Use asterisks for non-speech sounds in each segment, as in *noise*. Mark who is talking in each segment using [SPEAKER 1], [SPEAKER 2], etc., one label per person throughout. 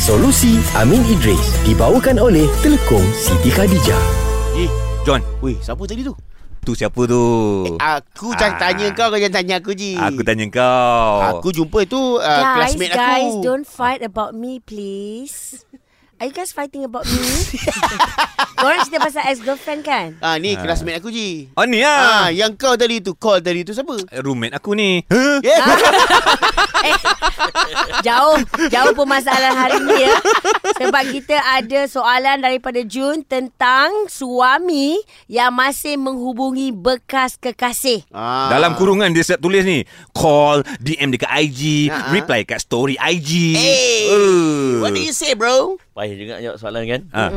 [SPEAKER 1] Solusi Amin Idris dibawakan oleh Telekong Siti Khadijah.
[SPEAKER 2] Eh, John.
[SPEAKER 3] Weh, siapa tadi tu?
[SPEAKER 2] Tu siapa tu?
[SPEAKER 3] Eh, Aku
[SPEAKER 2] Oh.
[SPEAKER 3] jangan
[SPEAKER 2] Ah.
[SPEAKER 3] tanya kau, kau jangan tanya aku je.
[SPEAKER 2] Aku tanya kau.
[SPEAKER 3] Aku jumpa itu uh,
[SPEAKER 4] guys,
[SPEAKER 3] classmate aku.
[SPEAKER 4] guys, don't fight about me, please. Are you guys fighting about me? Korang cerita pasal ex-girlfriend kan?
[SPEAKER 3] Ah, ni classmate aku je.
[SPEAKER 2] Oh ni lah.
[SPEAKER 3] Ah, yang kau tadi tu, call tadi tu siapa?
[SPEAKER 2] Roommate aku ni.
[SPEAKER 3] Ha.
[SPEAKER 2] Huh?
[SPEAKER 3] Yeah.
[SPEAKER 4] Eh, jauh, jauh permasalahan hari ni ya. Sebab kita ada soalan daripada Jun tentang suami yang masih menghubungi bekas kekasih.
[SPEAKER 3] Ah.
[SPEAKER 2] Dalam kurungan dia siap tulis ni. Call, DM dekat IG,
[SPEAKER 3] Ah, ah.
[SPEAKER 2] reply kat story IG.
[SPEAKER 3] Hey,
[SPEAKER 2] Eh.
[SPEAKER 3] What do you say, bro?
[SPEAKER 5] Payah juga nak jawab soalan kan
[SPEAKER 3] Ha.
[SPEAKER 2] Ah.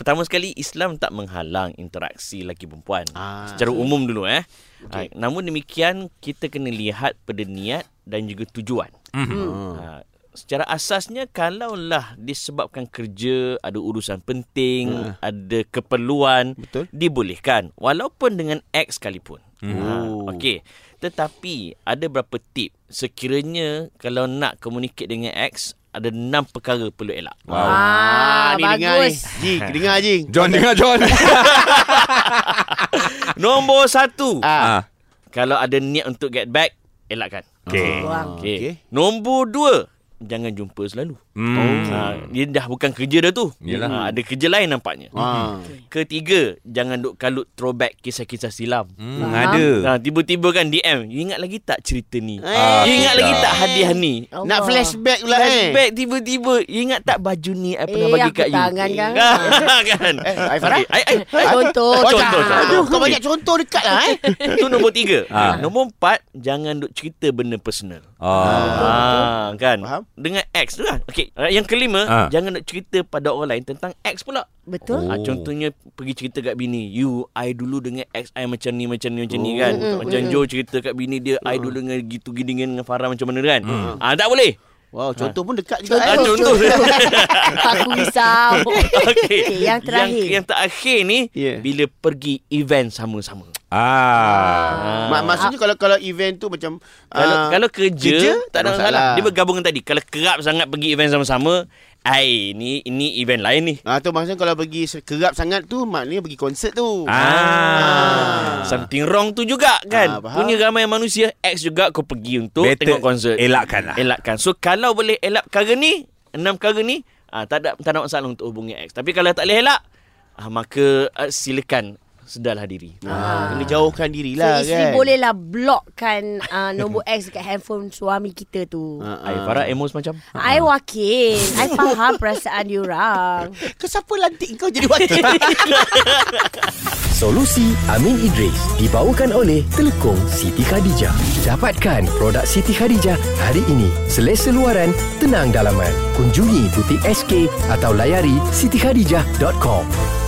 [SPEAKER 5] Pertama sekali Islam tak menghalang interaksi lelaki perempuan
[SPEAKER 3] Ah.
[SPEAKER 5] Secara umum dulu eh okay. ha, Namun demikian kita kena lihat pada niat dan juga tujuan
[SPEAKER 3] Mhm.
[SPEAKER 5] ha, Secara asasnya kalaulah disebabkan kerja Ada urusan penting Ada keperluan
[SPEAKER 3] Ha. Betul.
[SPEAKER 5] Dibolehkan Walaupun dengan ex sekalipun
[SPEAKER 3] Oh.
[SPEAKER 5] ha, Okey Tetapi ada berapa tip Sekiranya kalau nak communicate dengan ex ada enam perkara perlu elak.
[SPEAKER 2] Wow.
[SPEAKER 4] Ah,
[SPEAKER 3] ni dengar ni.
[SPEAKER 4] bagus.
[SPEAKER 3] Ji, dengar je.
[SPEAKER 2] John dengar John.
[SPEAKER 5] Nombor satu
[SPEAKER 2] ah.
[SPEAKER 3] Ah.
[SPEAKER 5] Kalau ada niat untuk get back Elakkan
[SPEAKER 2] Okay.
[SPEAKER 4] Buang.
[SPEAKER 5] okay.
[SPEAKER 3] okey.
[SPEAKER 5] okay. Nombor dua Jangan jumpa selalu
[SPEAKER 2] Hmm.
[SPEAKER 5] ha, Dia dah bukan kerja dah tu
[SPEAKER 2] Yelah.
[SPEAKER 5] ha, Ada kerja lain nampaknya
[SPEAKER 3] Ah.
[SPEAKER 5] Ketiga Jangan duk kalut throwback Kisah-kisah silam
[SPEAKER 2] Hmm, ada.
[SPEAKER 5] ha, Tiba-tiba kan DM "You Ingat lagi tak cerita ni
[SPEAKER 3] Ah,
[SPEAKER 5] You Ingat
[SPEAKER 2] tidak.
[SPEAKER 5] lagi tak hadiah ni
[SPEAKER 4] Allah.
[SPEAKER 3] Nak flashback pula eh.
[SPEAKER 5] Flashback tiba-tiba "You Ingat tak baju ni I pernah
[SPEAKER 4] Eh,
[SPEAKER 5] bagi
[SPEAKER 4] aku
[SPEAKER 5] kat you
[SPEAKER 4] tangan
[SPEAKER 5] *laughs*
[SPEAKER 4] kan.
[SPEAKER 5] kan
[SPEAKER 3] Eh, Aifarah.
[SPEAKER 5] Ai, ai, ai.
[SPEAKER 4] Contoh.
[SPEAKER 5] Oh,
[SPEAKER 3] Kau-
[SPEAKER 5] contoh,
[SPEAKER 3] Aduh,
[SPEAKER 5] contoh.
[SPEAKER 3] Kau banyak contoh dekat lah
[SPEAKER 4] *laughs*
[SPEAKER 3] eh.
[SPEAKER 5] Itu nombor tiga
[SPEAKER 2] Ah.
[SPEAKER 5] ha. Nombor empat Jangan duk cerita benda personal
[SPEAKER 2] Ah.
[SPEAKER 5] Ah, kan.
[SPEAKER 3] Faham?
[SPEAKER 5] Dengan ex tu kan. Okey, ah, yang kelima,
[SPEAKER 2] Ah.
[SPEAKER 5] jangan nak cerita pada orang lain tentang ex pula.
[SPEAKER 4] Betul?
[SPEAKER 5] Oh.
[SPEAKER 2] Oh.
[SPEAKER 5] contohnya pergi cerita kat bini, you I dulu dengan ex I macam ni macam ni macam ni kan. Macam Joe cerita kat bini dia I dulu dengan gitu gini dengan Farah macam mana kan. Ah tak boleh.
[SPEAKER 3] Wow, contoh pun dekat juga eh.
[SPEAKER 5] Ah, contoh.
[SPEAKER 4] Aku risau.
[SPEAKER 5] *laughs* Okey.
[SPEAKER 4] Okey, Oh. *laughs* yang terakhir.
[SPEAKER 5] Yang, yang terakhir ni
[SPEAKER 3] Yeah.
[SPEAKER 5] bila pergi event sama-sama.
[SPEAKER 2] Ah.
[SPEAKER 3] Mak- Maksudnya kalau kalau event tu macam
[SPEAKER 5] Kalau
[SPEAKER 3] ah,
[SPEAKER 5] kalau kerja, kerja tak ada masalah. Dia bergabung dengan tadi. Kalau kerap sangat pergi event sama-sama, ai ni ini event lain ni.
[SPEAKER 3] Ah tu maksudnya kalau pergi se- kerap sangat tu maknanya pergi konsert tu.
[SPEAKER 5] Ah, something wrong tu juga
[SPEAKER 3] Ah,
[SPEAKER 5] kan.
[SPEAKER 3] faham.
[SPEAKER 5] Punya ramai manusia ex juga kau pergi untuk
[SPEAKER 2] Better
[SPEAKER 5] tengok konsert.
[SPEAKER 2] elakkan lah.
[SPEAKER 5] Elakkan. So kalau boleh elak perkara ni, enam perkara ni, ah tak ada tak ada masalah untuk hubungi ex. Tapi kalau tak boleh elak, ah, maka ah, silakan sedarlah diri.
[SPEAKER 3] Ah. Kena jauhkan dirilah
[SPEAKER 4] So, isteri
[SPEAKER 3] kan.
[SPEAKER 4] bolehlah blokkan uh, nombor X dekat handphone suami kita tu.
[SPEAKER 3] Ah,
[SPEAKER 5] Ai Farah emos macam.
[SPEAKER 4] I wakil. I faham perasaan diorang.
[SPEAKER 3] Ke siapa lantik kau jadi wakil?
[SPEAKER 4] *laughs*
[SPEAKER 1] Solusi Amin Idris dibawakan oleh Telekong Siti Khadijah. Dapatkan produk Siti Khadijah hari ini. Selesa luaran, tenang dalaman. Kunjungi butik SK atau layari sitikhadijah.com.